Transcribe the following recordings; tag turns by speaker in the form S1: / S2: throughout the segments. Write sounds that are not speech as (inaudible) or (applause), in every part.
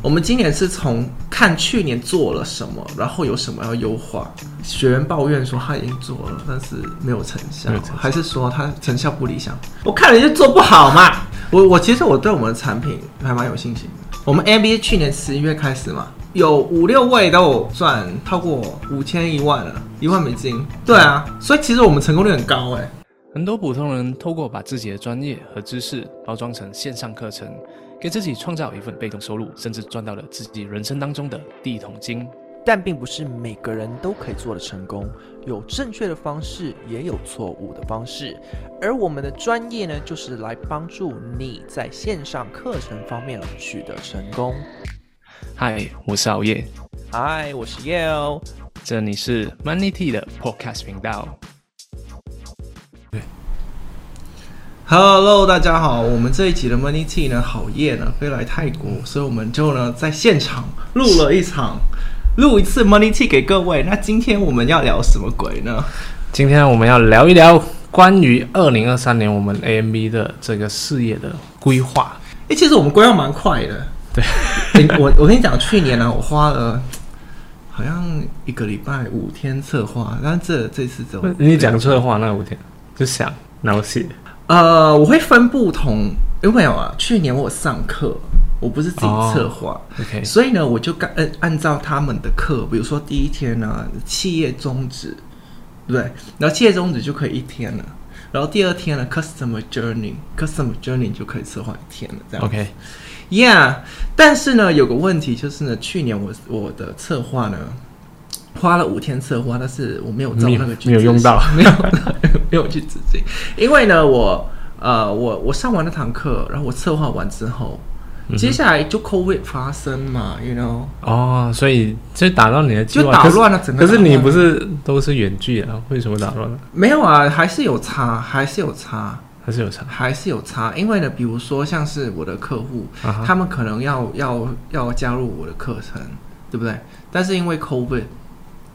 S1: 我们今年是从看去年做了什么，然后有什么要优化。学员抱怨说他已经做了，但是没有成效
S2: 没有成，效
S1: 还是说他成效不理想？我看了就做不好嘛。我我其实我对我们的产品还蛮有信心的。我们 MBA 去年十一月开始嘛，有五六位都有赚超过五千一万了，一万美金。对啊，所以其实我们成功率很高哎、
S2: 很多普通人透过把自己的专业和知识包装成线上课程，给自己创造一份被动收入，甚至赚到了自己人生当中的第一桶金。
S3: 但并不是每个人都可以做得成功，有正确的方式，也有错误的方式。而我们的专业呢，就是来帮助你在线上课程方面取得成功。
S2: 嗨，我是熬夜，
S3: 嗨，我是 Yale，
S2: 这里是 Money T 的 Podcast 频道。
S1: Hello，大家好，我们这一集的 Money Tea 呢，好夜呢飞来泰国，所以我们就呢在现场录了一场，录一次 Money Tea 给各位。那今天我们要聊什么鬼呢？
S2: 今天我们要聊一聊关于二零二三年我们 AMB 的这个事业的规划。
S1: 诶，哎其实我们规划蛮快的，对，我我跟你讲，去年啊呢、我花了好像一个礼拜五天策划，但这这次只有
S2: 嗯你讲出的话那五天就想脑血，
S1: 呃，我会分不同，因为啊，去年我有上课，我不是自己策划。
S2: OK
S1: 所以呢，我就干按按照他们的课，比如说第一天呢，企业宗旨，对不对？然后企业宗旨就可以一天了，然后第二天呢，customer journey，customer journey 就可以策划一天了，这样。
S2: OK，
S1: Yeah，但是呢，有个问题就是呢，去年我我的策划呢，花了五天策划，但是我没有照
S2: 没有
S1: 那个去
S2: 没有用
S1: 执行
S2: 到
S1: 没有 (laughs) 没有去执行，因为呢，我呃我我上完那堂课，然后我策划完之后，
S2: 嗯
S1: 接下来就 COVID 发生嘛，you know，
S2: 哦，所以就打乱你的计划，
S1: 就打乱了整个
S2: 可是。可是你
S1: 打乱了
S2: 不是都是远距啊？为什么打乱了？
S1: 没有啊，还是有差，还是有差。
S2: 还是有差？
S1: 还是有差，因为呢，比如说像是我的客户
S2: 啊哈
S1: 他们可能要要要加入我的课程，对不对？但是因为 COVID，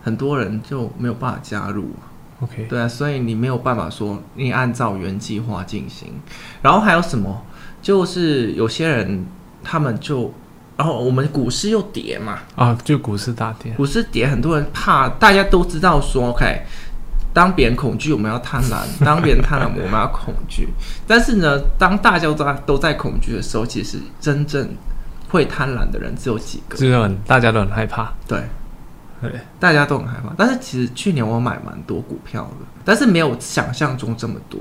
S1: 很多人就没有办法加入，
S2: OK，
S1: 对啊，所以你没有办法说你按照原计划进行。然后还有什么？就是有些人他们就，然后我们股市又跌嘛，
S2: 啊，就股市大跌，
S1: 股市跌，很多人怕，大家都知道说，OK，当别人恐惧，我们要贪
S2: (laughs)
S1: 婪；当别人贪婪，我们要恐惧。但是呢，当大家都在都在恐惧的时候，其实真正会贪婪的人只有几个。
S2: 就是很大家都很害怕。
S1: 对，
S2: 对，
S1: 大家都很害怕。但是其实去年我买蛮多股票的，但是没有想象中这么多，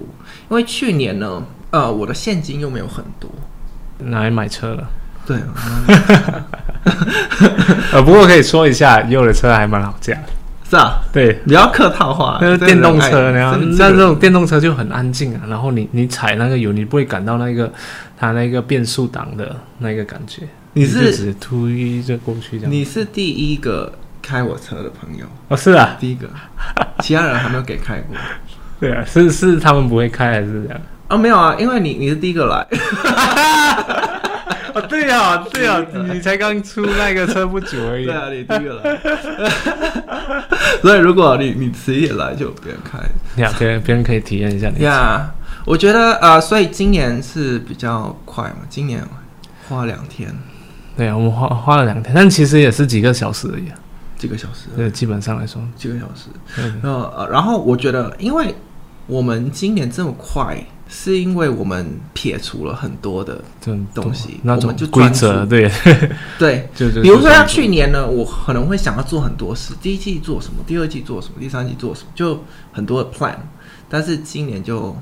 S1: 因为去年呢，呃，我的现金又没有很多。
S2: 拿来买车了。 (laughs)
S1: 对，
S2: 呃，不过可以说一下，有的车还蛮好价。
S1: 是啊，
S2: 对，
S1: 比较客套话，
S2: 那是 (laughs) 电动车，然后
S1: 后
S2: 那这种电动车就很安静啊，然后你你踩那个油，你不会感到那个它那个变速档的那个感觉，
S1: 你
S2: 就是只突一就过去这样。
S1: 你是第一个开我车的朋友，
S2: 哦是啊，
S1: 第一个，其他人还没有给开过。
S2: 对啊，是是他们不会开还是这样？
S1: 啊，没有啊，因为你你是第一个来，
S2: 哦对啊对啊，你才刚出那个车不久而已
S1: 对啊，你第一个来， (laughs) 所以如果你你迟一点来，就别人开。
S2: 呀，别人别人可以体验一下你的车。
S1: 呀、我觉得呃，所以今年是比较快嘛，今年花两天，
S2: 对啊，我们花花了两天，但其实也是几个小时而已啊。
S1: 几个小时，
S2: 对，基本上来说，
S1: 几个小时。
S2: 对
S1: 然后、呃，然后我觉得，因为我们今年这么快，是因为我们撇除了很多的
S2: 这种
S1: 东西
S2: 那
S1: 我
S2: 种
S1: 们就
S2: 规
S1: 专注
S2: 则，对， (laughs)
S1: 对
S2: 就就
S1: 比如说
S2: 要
S1: 像去年呢，我可能会想要做很多事，第一季做什么，第二季做什么，第三季做什么，就很多的 plan。但是今年就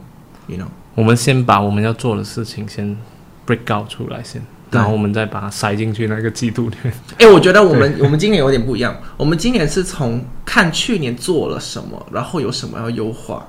S1: ，you know，
S2: 我们先把我们要做的事情先 break out 出来先，
S1: 对
S2: 然后我们再把它塞进去那个季度里面。 (laughs)
S1: 哎、我觉得我们我们今年有点不一样，我们今年是从看去年做了什么，然后有什么要优化，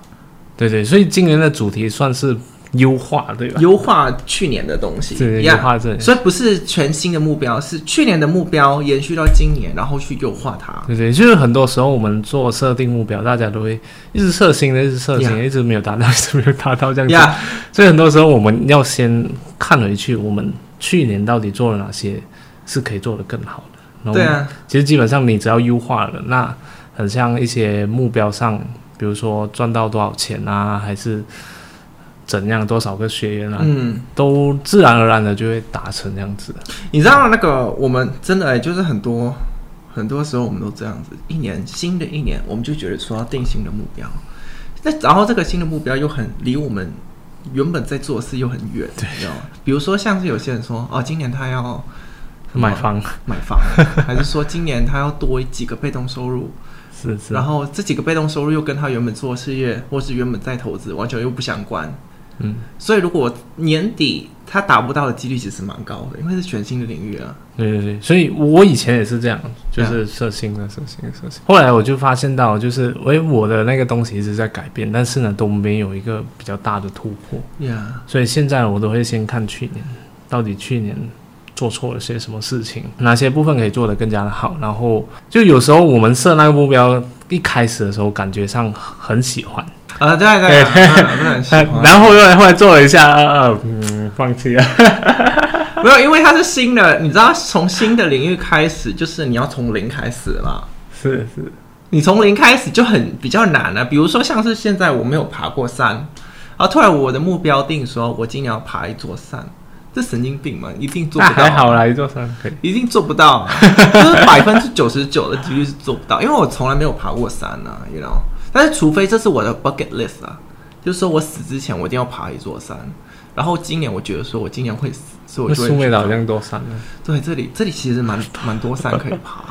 S2: 对对，所以今年的主题算是优化，对吧？
S1: 优化去年的东西，
S2: 对
S1: Yeah
S2: 优化这
S1: 所以不是全新的目标，是去年的目标延续到今年，然后去优化它。
S2: 对对，就是很多时候我们做设定目标，大家都会一直设新的，一直设新的
S1: Yeah
S2: 一直没有达到，一直没有达到这样子。
S1: 呀、
S2: 所以很多时候我们要先看回去，我们去年到底做了哪些是可以做得更好的。然后
S1: 对啊，
S2: 其实基本上你只要优化了，那很像一些目标上，比如说赚到多少钱啊，还是怎样多少个学员啊，
S1: 嗯，
S2: 都自然而然的就会达成这样子。
S1: 你知道那个我们真的、欸、就是很多很多时候我们都这样子，一年新的一年我们就觉得说要定新的目标，那然后这个新的目标又很离我们原本在做的事又很远，你知道吗？比如说像是有些人说哦，今年他要什么
S2: 买房
S1: 买房，
S2: (laughs)
S1: 还是说今年他要多几个被动收入，
S2: 是是，
S1: 然后这几个被动收入又跟他原本做事业或是原本在投资完全又不相关，
S2: 嗯，
S1: 所以如果年底他达不到的几率其实蛮高的，因为是全新的领域啊。
S2: 对对对，所以我以前也是这样，就是啊设新的设新的设新的。后来我就发现到，就是诶，我的那个东西一直在改变，但是呢都没有一个比较大的突破，
S1: 呀、
S2: 所以现在我都会先看去年，到底去年做错了些什么事情，哪些部分可以做得更加的好。然后就有时候我们设那个目标，一开始的时候感觉上很喜欢，哎
S1: 啊，对对对，啊不是很喜欢。
S2: 然后又后来做了一下，呃呃，嗯，放弃了。
S1: 没有，因为它是新的，你知道，从新的领域开始，就是你要从零开始嘛。
S2: 是是，
S1: 你从零开始就很比较难了、啊比如说，像是现在我没有爬过山，啊，突然我的目标定说，我今年要爬一座山，这神经病嘛，一定做
S2: 那
S1: 不到。啊
S2: 还好啦，一座山可以。
S1: 一定做不到、
S2: (laughs)
S1: 啊，就是百分之九十九的几率是做不到，因为我从来没有爬过山啊，you know。但是除非这是我的 bucket list 啊，就是说我死之前我一定要爬一座山。然后今年我觉得说我今年会死，所以我
S2: 那
S1: 就会
S2: 苏梅
S1: 去爬
S2: 岛这样多山呢？
S1: 对这里这里其实蛮蛮多山可以爬。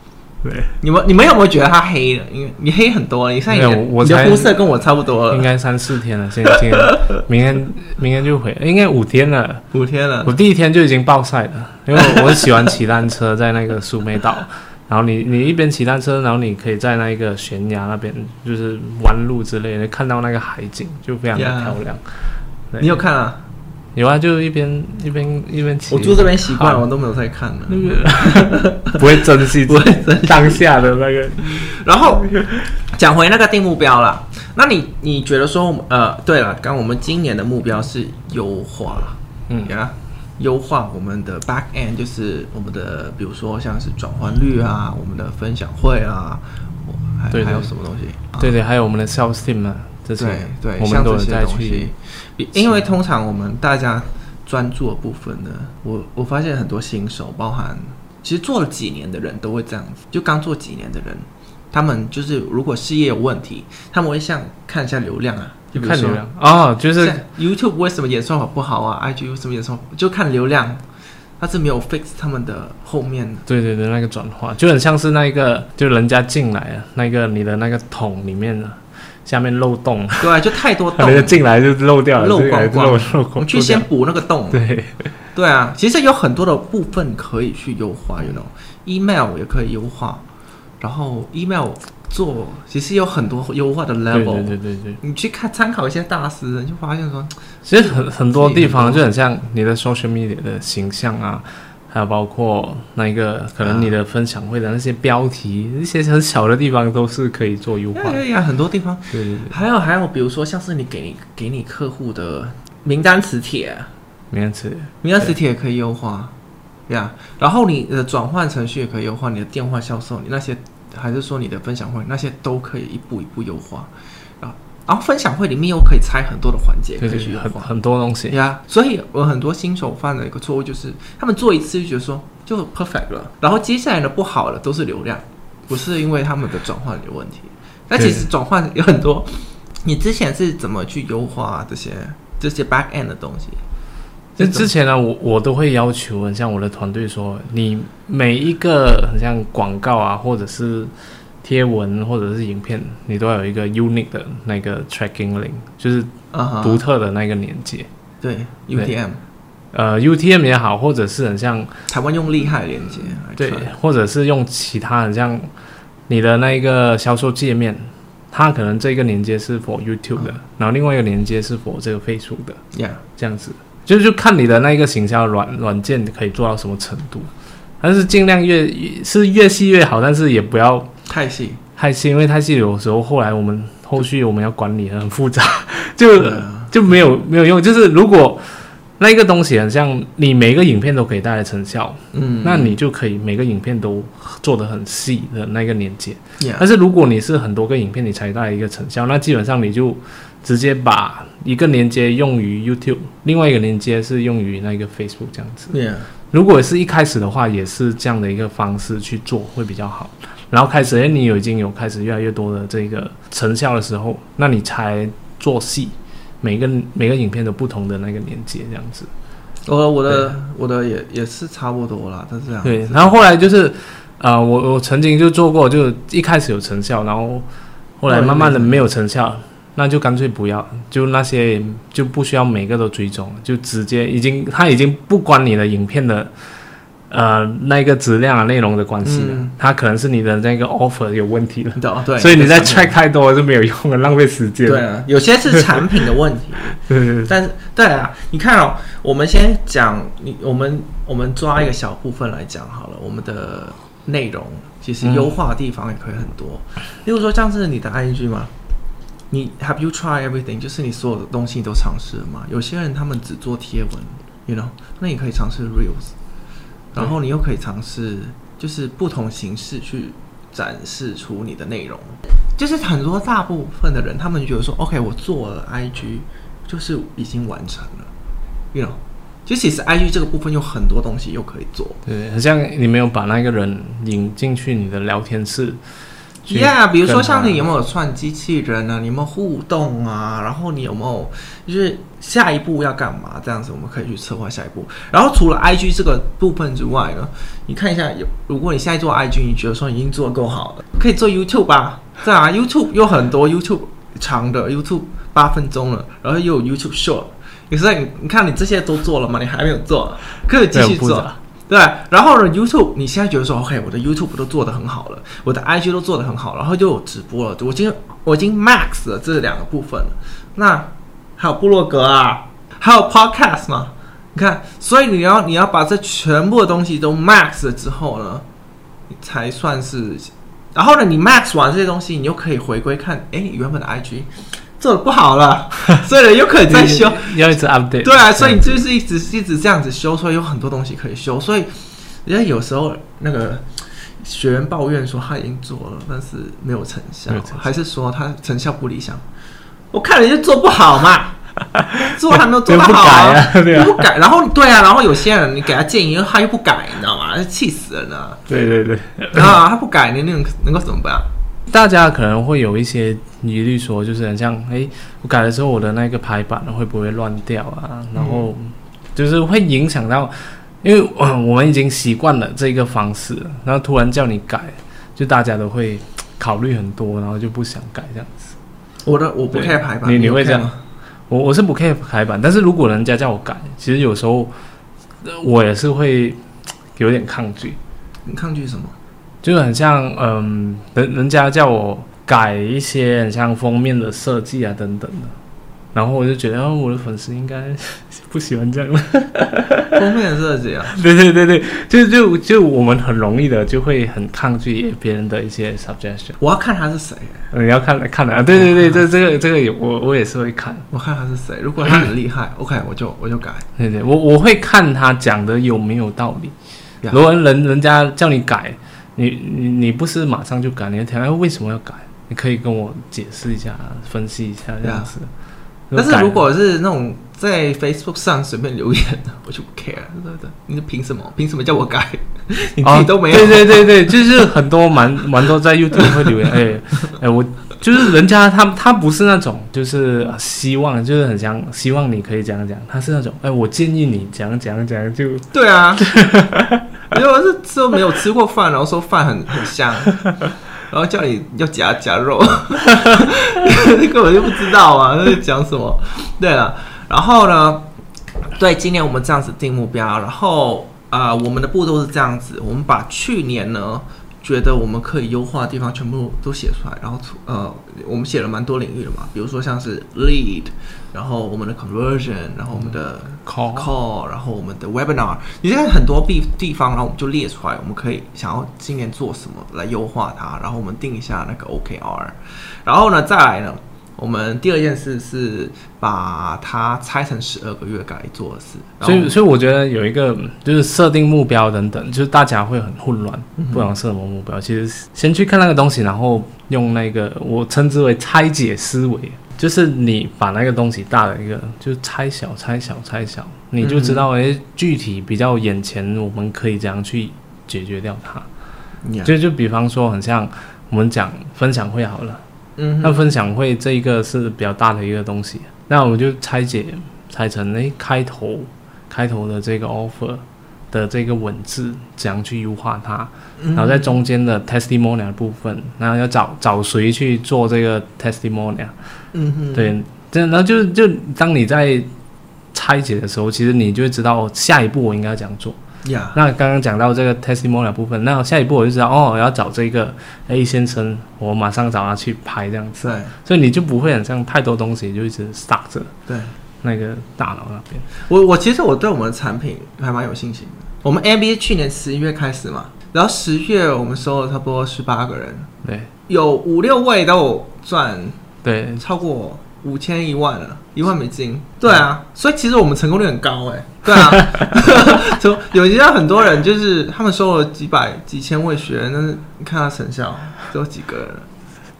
S2: (laughs) 对，
S1: 你们你们有没有觉得它黑了？因为你黑很多，你看你的
S2: 没有我
S1: 你的
S2: 才
S1: 肤色跟我差不多
S2: (laughs) 应
S1: 了，
S2: 该三四天了，现在今天明天明天就回，应该五天了。
S1: 五天了
S2: 我。第一天就已经暴晒了，因为我我喜欢骑单车在那个苏梅岛，然后你你一边骑单车，然后你可以在那个悬崖那边就是弯路之类的看到那个海景，就非常的
S1: Yeah
S2: 漂亮。对
S1: 你有看啊？
S2: 有啊，就一边一边一边骑。
S1: 我住这边习惯了，
S2: 好
S1: 我都没有在看了。
S2: 不会珍惜不会当下的那个。
S1: (laughs) 然后讲回那个定目标啦，那你你觉得说，呃，对了，刚我们今年的目标是优化，
S2: 嗯
S1: 呀，优化我们的 back end，就是我们的，比如说像是转换率啊，我们的分享会啊，我还
S2: 对对
S1: 还有什么东西？啊
S2: 对对，还有我们的 sales team 啊，这些
S1: 对对，
S2: 我们
S1: 像
S2: 都有
S1: 这些
S2: 在
S1: 东
S2: 去
S1: 西，比因为通常我们大家专注的部分呢，我我发现很多新手，包含其实做了几年的人都会这样子，就刚做几年的人，他们就是如果事业有问题，他们会像看一下流量啊，就比如
S2: 看
S1: 说
S2: 流量哦，就是
S1: 像 YouTube 为什么演算法不好啊，IG 为什么演算法就看流量，它是没有 fix 他们的后面
S2: 对对对，那个转化就很像是那个，就人家进来了，那个你的那个桶里面的下面漏 (laughs) 洞，
S1: 对、啊就太多洞
S2: 人家啊进来就漏掉了，
S1: 漏
S2: 进
S1: 光
S2: 来就
S1: 光
S2: 漏 (laughs)
S1: 我
S2: 漏，光
S1: 们去先补那个洞。
S2: 对
S1: 对啊，其实有很多的部分可以去优化，you know，email 也可以优化，然后 email 做其实有很多优化的
S2: 对
S1: level。
S2: 对对对对，
S1: 你去看参考一些大师，你就发现说，
S2: 其实很很多
S1: 自己
S2: 地方
S1: 很
S2: 就很像你的 social media 的形象啊。还有包括那个可能你的分享会的那些标题，一些很小的地方都是可以做优化
S1: 哎
S2: 的。
S1: 呀呀，很多地方
S2: 对对对，
S1: 还有还有，比如说像是你给你给你客户的名单磁铁，
S2: 没人吃。
S1: 名单磁铁也可以优化，呀、然后你的转换程序也可以优化，你的电话销售，你那些还是说你的分享会那些都可以一步一步优化，啊，然后分享会里面又可以拆很多的环节可
S2: 对
S1: 以
S2: 对
S1: 去
S2: 对，
S1: 优
S2: 很
S1: 化。
S2: 很多东西。
S1: 呀所以我很多新手犯的一个错误就是，他们做一次就觉得说就 perfect 了，然后接下来的不好的都是流量，不是因为他们的转换有问题。那其实转换有很多，你之前是怎么去优化这些这些 back end 的东西？
S2: 就之前呢，我我都会要求，很像我的团队说，你每一个很像广告啊，或者是贴文，或者是影片，你都要有一个 unique 的那个 tracking link，就是
S1: 啊哈，
S2: 独特的那个连接。
S1: 对 UTM
S2: 呃，UTM 也好，或者是很像
S1: 台湾用厉害连接来
S2: 对
S1: 看，
S2: 或者是用其他很像你的那个销售界面，它可能这个连接是 for YouTube 的，然后另外一个连接是 for 这个 Facebook 的，
S1: ，Yeah，
S2: 这样子，就就看你的那个行销软软件可以做到什么程度，但是尽量越是越细越好，但是也不要
S1: 太细，
S2: 太细，因为太细有时候后来我们后续我们要管理很复杂，就 (laughs)
S1: 对啊
S2: 就没有没有用。就是如果那一个东西很像你每个影片都可以带来成效，
S1: 嗯，
S2: 那你就可以每个影片都做得很细的那个连接。
S1: Yeah，
S2: 但是如果你是很多个影片你才带来一个成效，那基本上你就直接把一个连接用于 YouTube，另外一个连接是用于那个 Facebook 这样子。
S1: yeah，
S2: 如果是一开始的话，也是这样的一个方式去做会比较好。然后开始，哎，你有已经有开始越来越多的这个成效的时候，那你才做戏，每个每个影片都不同的那个连接这样子。
S1: 我我的我的也也是差不多啦，都是这样。
S2: 对，然后后来就是，呃，我我曾经就做过，就一开始有成效，然后后来慢慢的没有成效，那就干脆不要，就那些就不需要每个都追踪了，就直接已经它已经不关你的影片的。呃，那个质量啊、内容的关系了，
S1: 嗯
S2: 它可能是你的那个 offer 有问题了，
S1: 你懂对，
S2: 所以你在
S1: 这上
S2: track 太多是没有用的，浪费时间。
S1: 面对啊，有些是产品的问题，啊
S2: 对对对
S1: 但是对啊，你看哦，我们先讲你，我们我们抓一个小部分来讲好了，我们的内容其实
S2: 嗯
S1: 优化的地方也可以很多，例如说像是你的 IG 嘛。你 Have you tried everything？就是你所有的东西都尝试了嘛？有些人他们只做贴文，you know，那你可以尝试 reels，然后你又可以尝试就是不同形式去展示出你的内容。就是很多大部分的人，他们觉得说，OK，我做了 IG，就是已经完成了，you know。就其实 IG 这个部分有很多东西又可以做
S2: 对，很像你没有把那个人引进去你的聊天室。去
S1: ，Yeah，比如说
S2: 跟他
S1: 像你有没有串机器人啊，你有没有互动啊，然后你有没有就是下一步要干嘛这样子，我们可以去策划下一步。然后除了 IG 这个部分之外呢，你看一下有，如果你现在做 IG，你觉得说已经做得够好了，可以做 YouTube 吧？对啊，YouTube 有很多 YouTube 长的 YouTube 八分钟了，然后又有 YouTube Short，你是在你你看你这些都做了吗？你还没有做，可以继续
S2: 没有步骤
S1: 做。对，然后呢，YouTube，你现在觉得说，OK，我的 YouTube 都做得很好了，我的 IG 都做得很好，然后又有直播了，我已经我已经 max 了这两个部分了。那还有部落格啊，还有 podcast 嘛，你看，所以你要你要把这全部的东西都 max 了之后呢，你才算是。然后呢，你 max 完这些东西，你又可以回归看，哎，你原本的 IG 做的不好了，所以呢又可以再修。
S2: 要一直 update。
S1: 对啊，所以你就是一直一直这样子修，所以有很多东西可以修。所以人家有时候那个学员抱怨说他已经做了，但是没有成效
S2: 没有成，效
S1: 还是说他成效不理想？我看人家做不好嘛，
S2: (laughs)
S1: 做还没有做得
S2: 又不
S1: 好、
S2: 改啊对啊
S1: 又不改。然后对啊，然后有些人你给他建议，他又不改，你知道吗？气死人了！
S2: 对对对，
S1: 啊，他不改，你能能够怎么办？啊
S2: 大家可能会有一些疑虑，说就是很像，诶，我改的时候我的那个排版会不会乱掉啊？然后就是会影响到，因为呃我们已经习惯了这个方式了，然后突然叫你改，就大家都会考虑很多，然后就不想改这样子。
S1: 我的我不
S2: 对
S1: care 排版，
S2: 你你
S1: 有
S2: 会
S1: care
S2: 这样
S1: 吗？
S2: 我我是不 care 排版，但是如果人家叫我改，其实有时候呃我也是会有点抗拒。
S1: 你抗拒什么？
S2: 就是很像，嗯，人人家叫我改一些很像封面的设计啊等等的，然后我就觉得，哦，我的粉丝应该 (laughs) 不喜欢这样。 (laughs)
S1: 封面设计啊，
S2: 对对对对，就就就我们很容易的就会很抗拒别人的一些 suggestion。
S1: 我要看他是谁、啊
S2: 嗯你要看看的啊，对对对，这这个这个有我我也是会看，
S1: 我看他是谁。如果他很厉害，OK，我就我就改。
S2: 对对，我我会看他讲的有没有道理。
S1: Yeah
S2: 如果人人家叫你改，你你你不是马上就改，你要想哎为什么要改？你可以跟我解释一下，分析一下
S1: Yeah
S2: 这样子。
S1: 但是
S2: 改
S1: 如果是那种在 Facebook 上随便留言的，我就不 care，对不对？你凭什么？凭什么叫我改？你自己都没有。
S2: 哦，对对对对，就是很多蛮 (laughs) 蛮多在 YouTube 会留言，哎哎，我就是人家他他不是那种就是呃希望，就是很想希望你可以讲讲，他是那种哎，我建议你讲讲讲就
S1: 对啊， (laughs) 因为我是之后没有吃过饭，然后说饭很很香，然后叫你要夹夹肉， (laughs) 这根本就不知道啊，那是讲什么？对了，然后呢，对，今年我们这样子定目标，然后啊、呃我们的步骤是这样子，我们把去年呢。觉得我们可以优化的地方全部都写出来，然后出呃，我们写了蛮多领域的嘛，比如说像是 lead，然后我们的 conversion，然后我们的
S2: call
S1: call，然后我们的 webinar，你现在很多地地方，然后我们就列出来，我们可以想要今年做什么来优化它，然后我们定一下那个 OKR，然后呢再来呢，我们第二件事是把它拆成十二个月该做的事。然
S2: 所
S1: 后
S2: 以，所以我觉得有一个就是设定目标等等，就是大家会很混乱，
S1: 嗯
S2: 不知道设什么目标。其实先去看那个东西，然后用那个我称之为拆解思维，就是你把那个东西大的一个就拆小、拆小、拆小，你就知
S1: 嗯
S2: 道哎、诶具体比较眼前我们可以怎样去解决掉它。
S1: Yeah，
S2: 就就比方说，很像我们讲分享会好了。
S1: 嗯
S2: 那
S1: 哼，
S2: 分享会这一个是比较大的一个东西，那我就拆解拆成诶开头开头的这个 offer 的这个文字怎样去优化它，
S1: 嗯
S2: 然后在中间的 testimonial 的部分，然后要找找谁去做这个 testimonial，
S1: 嗯哼，
S2: 对，这然后就就当你在拆解的时候，其实你就会知道哦下一步我应该怎样做。
S1: ，Yeah，
S2: 那刚刚讲到这个 testimonial 部分，那下一步我就知道哦，我要找这个 A 先生，我马上找他去拍这样子。
S1: 对
S2: 所以你就不会很像太多东西就一直 stuck 着
S1: 对。
S2: 那个大脑那边。
S1: 我我其实我对我们的产品还蛮有信心的。我们 NBA 去年十一月开始嘛，然后十月我们收了差不多十八个人，
S2: 对
S1: 有五六位都有赚
S2: 对，
S1: 超过五千一万了，一万美
S2: 嗯
S1: 金。对啊，所以其实我们成功率很高
S2: (laughs)
S1: 哎、对啊， (laughs) 就有些很多人就是他们收了几百几千位学员，但是你看他成效只有几个人。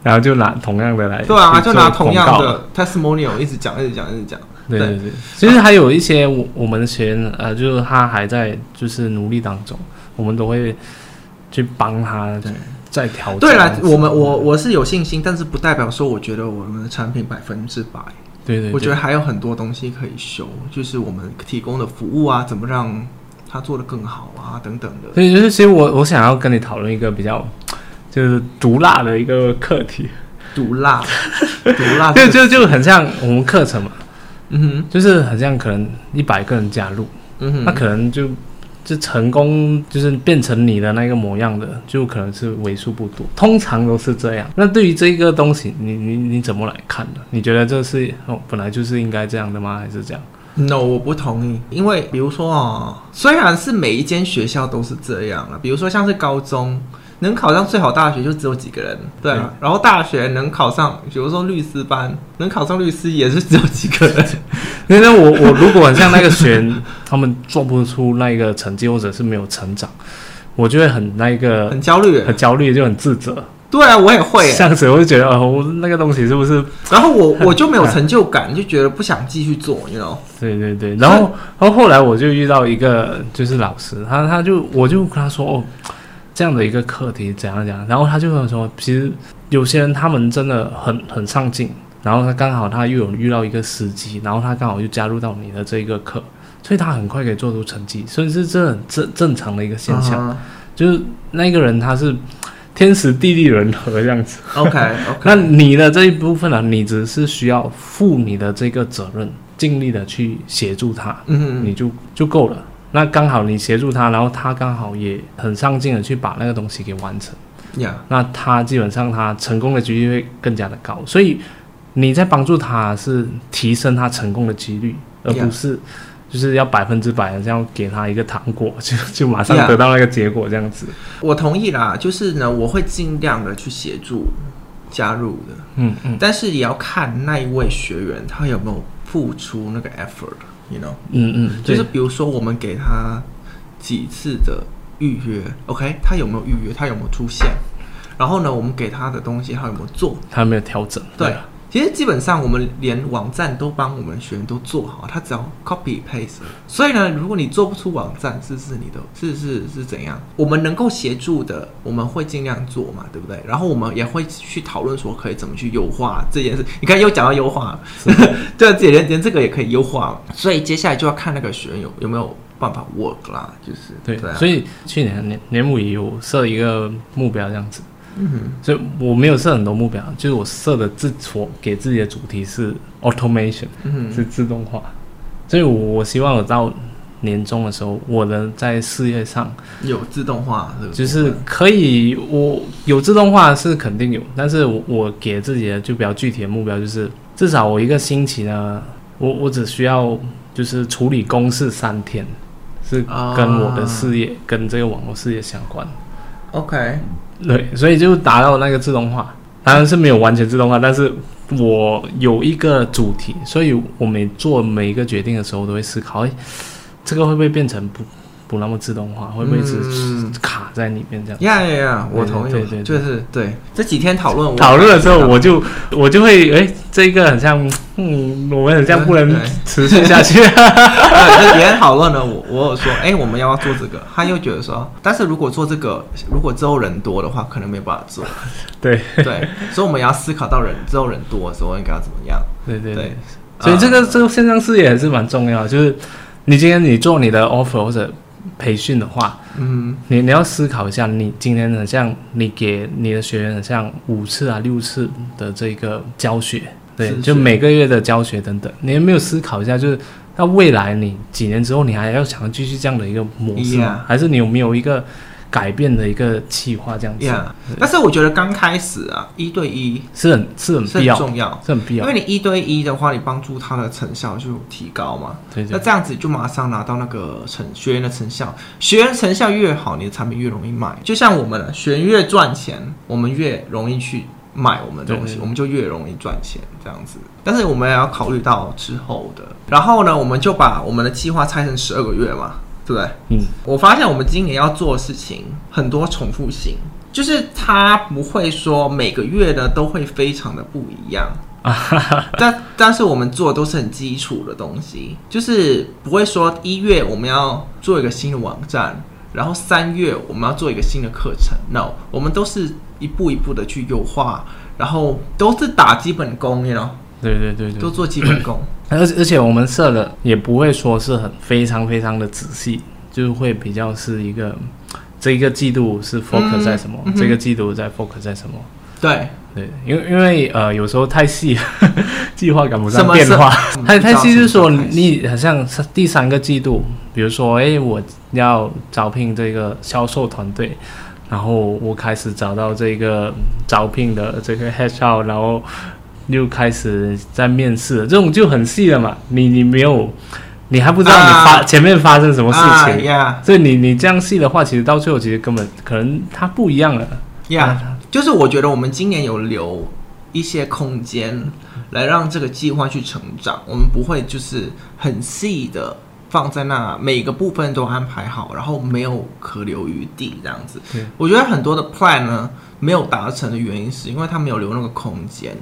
S2: 然后就拿同样的来
S1: 对啊，
S2: 去
S1: 就
S2: 做
S1: 拿同样
S2: 哎广告。
S1: 的 testimonial 一直讲一直讲一直讲。
S2: 对对对，其实还有一些我我们学员呃，就是他还在就是努力当中，我们都会去帮他
S1: 对
S2: 再调整。
S1: 对啦，我们我我是有信心，但是不代表说我觉得我们的产品百分之百。
S2: 对对，对
S1: 我觉得还有很多东西可以修，就是我们提供的服务啊，怎么让它做得更好啊，等等
S2: (laughs)
S1: 的。
S2: 所以就是其实我我想要跟你讨论一个比较就是毒辣的一个课题，
S1: 毒
S2: (laughs)
S1: 辣，毒辣，
S2: 就就就很像我们课程嘛，
S1: 嗯
S2: 就是很像可能一百个人加入。
S1: 哼，嗯哼，
S2: 那可能就就成功就是变成你的那个模样的，就可能是为数不多，通常都是这样。那对于这个东西，你你你怎么来看呢？你觉得这是哦本来就是应该这样的吗？还是这样？
S1: No，我不同意，因为比如说哦，虽然是每一间学校都是这样了，比如说像是高中能考上最好大学就只有几个人，对啊，然后大学能考上，比如说律师班能考上律师也是只有几个人， (laughs)
S2: 因为我我如果很像那个学员，他们做不出那个成绩，或者是没有成长，我就会很那个
S1: 很焦虑。
S2: 很焦虑，就很自责。
S1: 对啊，我也会耶，
S2: 这样子我就觉得哦，我那个东西是不是
S1: 然后 (laughs) 我我就没有成就感，就觉得不想继续做，你知道。
S2: 对对对，然后然后后来我就遇到一个就是老师，他他就我就跟他说哦，这样的一个课题怎样怎样，然后他就跟我说，其实有些人他们真的很很上进，然后他刚好他又有遇到一个时机，然后他刚好就加入到你的这一个课，所以他很快可以做出成绩，所以是这很正正常的一个现象，
S1: 嗯
S2: 就是那个人他是天时地利人和这样子。
S1: 哼 OK OK，
S2: 那你的这一部分呢、啊你只是需要负你的这个责任，尽力的去协助他，
S1: 嗯
S2: 你就就够了。那刚好你协助他，然后他刚好也很上进的去把那个东西给完成，
S1: 哼呀，
S2: 那他基本上他成功的几率会更加的高。所以你在帮助他是提升他成功的几率，而
S1: Yeah
S2: 不是就是要百分之百的这样给他一个糖果，就就马上
S1: Yeah
S2: 得到那个结果这样子。
S1: 我同意啦，就是呢，我会尽量的去协助加入的。
S2: 嗯嗯
S1: 但是也要看那一位学员他有没有付出那个 effort，you know，
S2: 嗯嗯，
S1: 就是
S2: 对
S1: 比如说我们给他几次的预约，OK，他有没有预约，他有没有出现，然后呢，我们给他的东西他有没有做，
S2: 他没有调整。
S1: 对。啊其实基本上我们连网站都帮我们学员都做好，他只要 copy paste。所以呢，如果你做不出网站，是是你的，是是是怎样？我们能够协助的，我们会尽量做嘛，对不对？然后我们也会去讨论说可以怎么去优化这件事。你看又讲到优化， (laughs) 对，这连连这个也可以优化。所以接下来就要看那个学员有有没有办法 work 啦，就是
S2: 对，
S1: 对啊，
S2: 所
S1: 以
S2: 以去年年年母也有设一个目标这样子，
S1: 嗯哼
S2: 所以我没有设很多目标，就是我设的自我给自己的主题是 automation，、
S1: 嗯哼
S2: 是自动化，所以我我希望我到年终的时候，我能在事业上
S1: 有自动化，对不对
S2: 就是可以，我有自动化是肯定有，但是我我给自己的就比较具体的目标就是，至少我一个星期呢，我我只需要就是处理公事三天，是跟我的事业、跟这个网络事业相关。
S1: OK，
S2: 对，所以就达到那个自动化。当然是没有完全自动化，但是我有一个主题，所以我每做每一个决定的时候，我都会思考，哎，这个会不会变成不不那么自动化，会不会是
S1: 嗯
S2: 卡在里面这样？
S1: 呀呀呀！我同意，
S2: 对对对
S1: 就是对。这几天讨论我
S2: 讨论的时候，我就我就会哎，这个很像，嗯，我们很像不能
S1: 对
S2: 持续下去。
S1: 对就别人讨论了我，我有说，哎、我们要不要做这个？他又觉得说，但是如果做这个，如果之后人多的话，可能没办法
S2: (laughs)
S1: 做。
S2: 对
S1: 对，所以我们也要思考到人之后人多的时候应该要怎么样。
S2: 对对对
S1: 对，，
S2: 所以这个
S1: 呃
S2: 这个线上视野还是蛮重要的，就是你今天你做你的 offer 或者培训的话，
S1: 嗯
S2: 你你要思考一下，你今天很像你给你的学员很像五次啊六次的这个教学，对
S1: 是，
S2: 就是每个月的教学等等，你有没有思考一下，就是那未来你几年之后，你还要想要继续这样的一个模式吗
S1: Yeah
S2: 还是你有没有一个改变的一个计划这样子
S1: ，Yeah，但是我觉得刚开始啊，一对一
S2: 是很是很
S1: 是
S2: 必
S1: 很
S2: 要，
S1: 重要。
S2: 是很必
S1: 因
S2: 要
S1: 为，你一对一的话，你帮助他的成效就提高嘛。
S2: 对对
S1: 那这样子就马上拿到那个成学员的成效，学员成效越好，你的产品越容易卖。就像我们了，学员越赚钱，我们越容易去卖我们的东西，
S2: 对对对
S1: 我们就越容易赚钱这样子。但是我们也要考虑到之后的，然后呢，我们就把我们的计划拆成十二个月嘛，对不对？
S2: 嗯，
S1: 我发现我们今年要做的事情很多重复性，就是它不会说每个月呢都会非常的不一
S2: (laughs)
S1: 样。但但是我们做的都是很基础的东西，就是不会说一月我们要做一个新的网站，然后三月我们要做一个新的课程。No，我们都是一步一步的去优化，然后都是打基本功，you know，
S2: 对对对对
S1: 都。做基本功。
S2: 而且而且我们设的也不会说是很非常非常的仔细，就是会比较是一个这一个季度是 focus 在什么，
S1: 嗯嗯哼
S2: 这个季度在 focus 在什么。
S1: 对，
S2: 对，因为因为呃，有时候太细， (laughs) 计划赶不
S1: 什
S2: 上
S1: 么
S2: 变
S1: 是
S2: 化。
S1: 嗯
S2: 太太细就是说，
S1: 比较细
S2: 你好像是第三个季度，比如说，哎，我要招聘这个销售团队，然后我开始找到这个招聘的这个 HR，然后又开始在面试了，这种就很细了嘛。你你没有，你还不知道你发、
S1: 啊
S2: 前面发生什么事情，
S1: 呀
S2: 所以你你这样细的话，其实到最后其实根本可能它不一样了。
S1: 呀，
S2: 嗯
S1: 就是我觉得我们今年有留一些空间来让这个计划去成长，我们不会就是很细的放在那，每个部分都安排好，然后没有可留余地这样子
S2: 对。
S1: 我觉得很多的 plan 呢没有达成的原因是因为它没有留那个空间，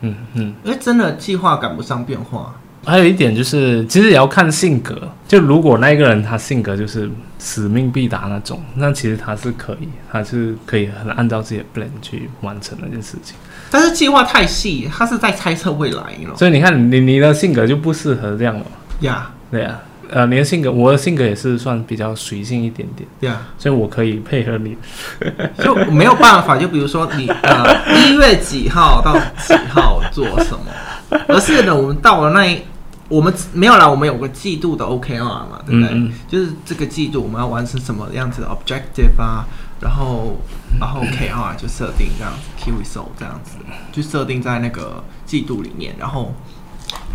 S2: 嗯嗯。
S1: 因为真的计划赶不上变化。
S2: 还有一点就是，其实也要看性格。就如果那一个人他性格就是使命必达那种，那其实他是可以，他是可以很按照自己的 plan 去完成那件事情。
S1: 但是计划太细，它是在猜测未来你 you know
S2: 所以你看，你你的性格就不适合这样了嘛，
S1: 呀
S2: 对呀、呃，你的性格，我的性格也是算比较随性一点点，
S1: 呀。
S2: 所以我可以配合你。
S1: (laughs) 就没有办法，就比如说你呃一月几号到几号做什么，而是呢，我们到了那一，我们没有啦，我们有个季度的 OKR 嘛，对不对？
S2: 嗯嗯
S1: 就是这个季度我们要完成什么样子的 objective 啊，然后然后 KR 就设定这样子 key result 这样子，就设定在那个季度里面，然后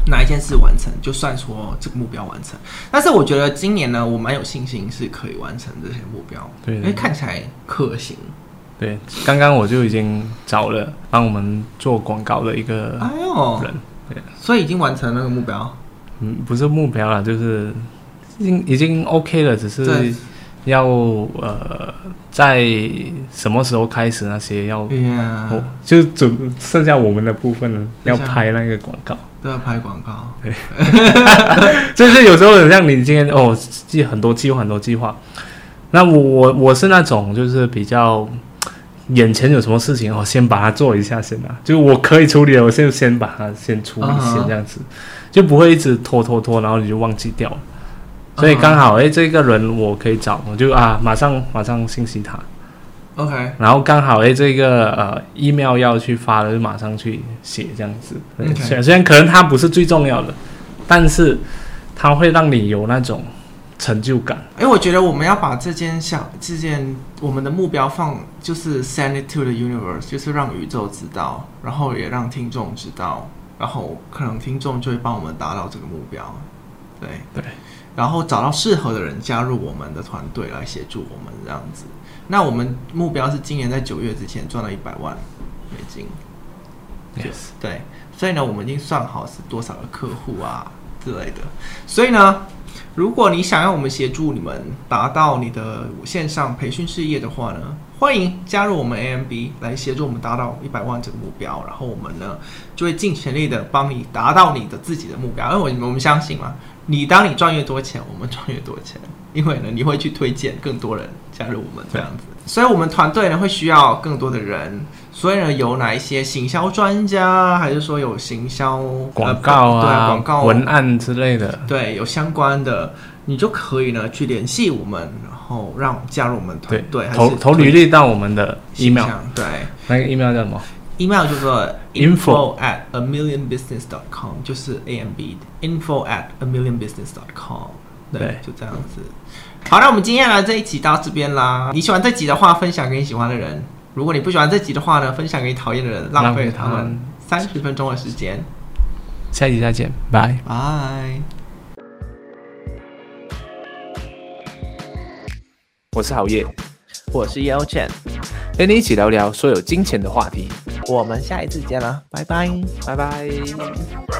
S1: 哪一件事完成，就算说这个目标完成。但是我觉得今年呢，我蛮有信心是可以完成这些目标，
S2: 对
S1: 因为看起来可行。
S2: 对，刚刚我就已经找了帮我们做广告的一个
S1: 哎呦
S2: 人，对，
S1: 所以已经完成那个目标。
S2: 嗯，不是目标了，就是已经已经 OK 了，只是
S1: 对
S2: 要呃在什么时候开始那些要，
S1: 对
S2: 哦
S1: 呀，
S2: 就准剩下我们的部分了，要
S1: 剩嗯下
S2: 拍那个广告。
S1: 都要拍广告。
S2: 就是有时候很像你今天哦，计很多计划很多计划，那我我我是那种就是比较。眼前有什么事情，哦、先把它做一下先啊，就是我可以处理的，我先先把它先处理
S1: 嗯哼
S2: 先这样子就不会一直拖拖拖，然后你就忘记掉了。所以
S1: 嗯
S2: 刚好，哎、这个人我可以找，我就啊，马上马上信息他。
S1: OK，
S2: 然后刚好，哎、这个呃 email 要去发了，就马上去写这样子。对
S1: OK
S2: 虽然虽然可能它不是最重要的，但是它会让你有那种成就感。
S1: 因为哎我觉得我们要把这件小这件我们的目标放，就是 send it to the universe，就是让宇宙知道，然后也让听众知道，然后可能听众就会帮我们达到这个目标。对
S2: 对，
S1: 然后找到适合的人加入我们的团队来协助我们这样子。那我们目标是今年在九月之前赚到一百万。美金。
S2: Yes，
S1: 对，所以呢，我们已经算好是多少个客户啊之类的。所以呢，如果你想要我们协助你们达到你的线上培训事业的话呢，欢迎加入我们 AMB 来协助我们达到一百万这个目标。然后我们呢就会尽全力的帮你达到你的自己的目标，因为我我们相信嘛，你当你赚越多钱，我们赚越多钱。因为呢，你会去推荐更多人加入我们这样子，所以我们团队呢会需要更多的人，所以呢有哪一些行销专家，还是说有行销
S2: 广告
S1: 呃对
S2: 啊、
S1: 广告
S2: 文案之类的，
S1: 对有相关的，你就可以呢去联系我们，然后让加入我们团
S2: 对，
S1: 队，还
S2: 投
S1: 是
S2: 投履历到我们的
S1: 形
S2: email，
S1: 象对
S2: 那个 email 叫什么？
S1: email 就是说
S2: Info
S1: at a million business dot com，就是 AMB info at a million business dot com，
S2: 对
S1: 就这样子。好，那我们今天呢这一集到这边啦。你喜欢这集的话，分享给你喜欢的人；如果你不喜欢这集的话呢，分享给你讨厌的人，浪费了他
S2: 浪费
S1: 们三十分钟的时间。
S2: 下期再见，拜。
S1: 拜。
S4: 我是郝烨，
S3: 我是 Yao Chen，
S4: 陪你一起聊聊所有金钱的话题。
S3: 我们下一次见啦，拜拜。
S4: 拜拜。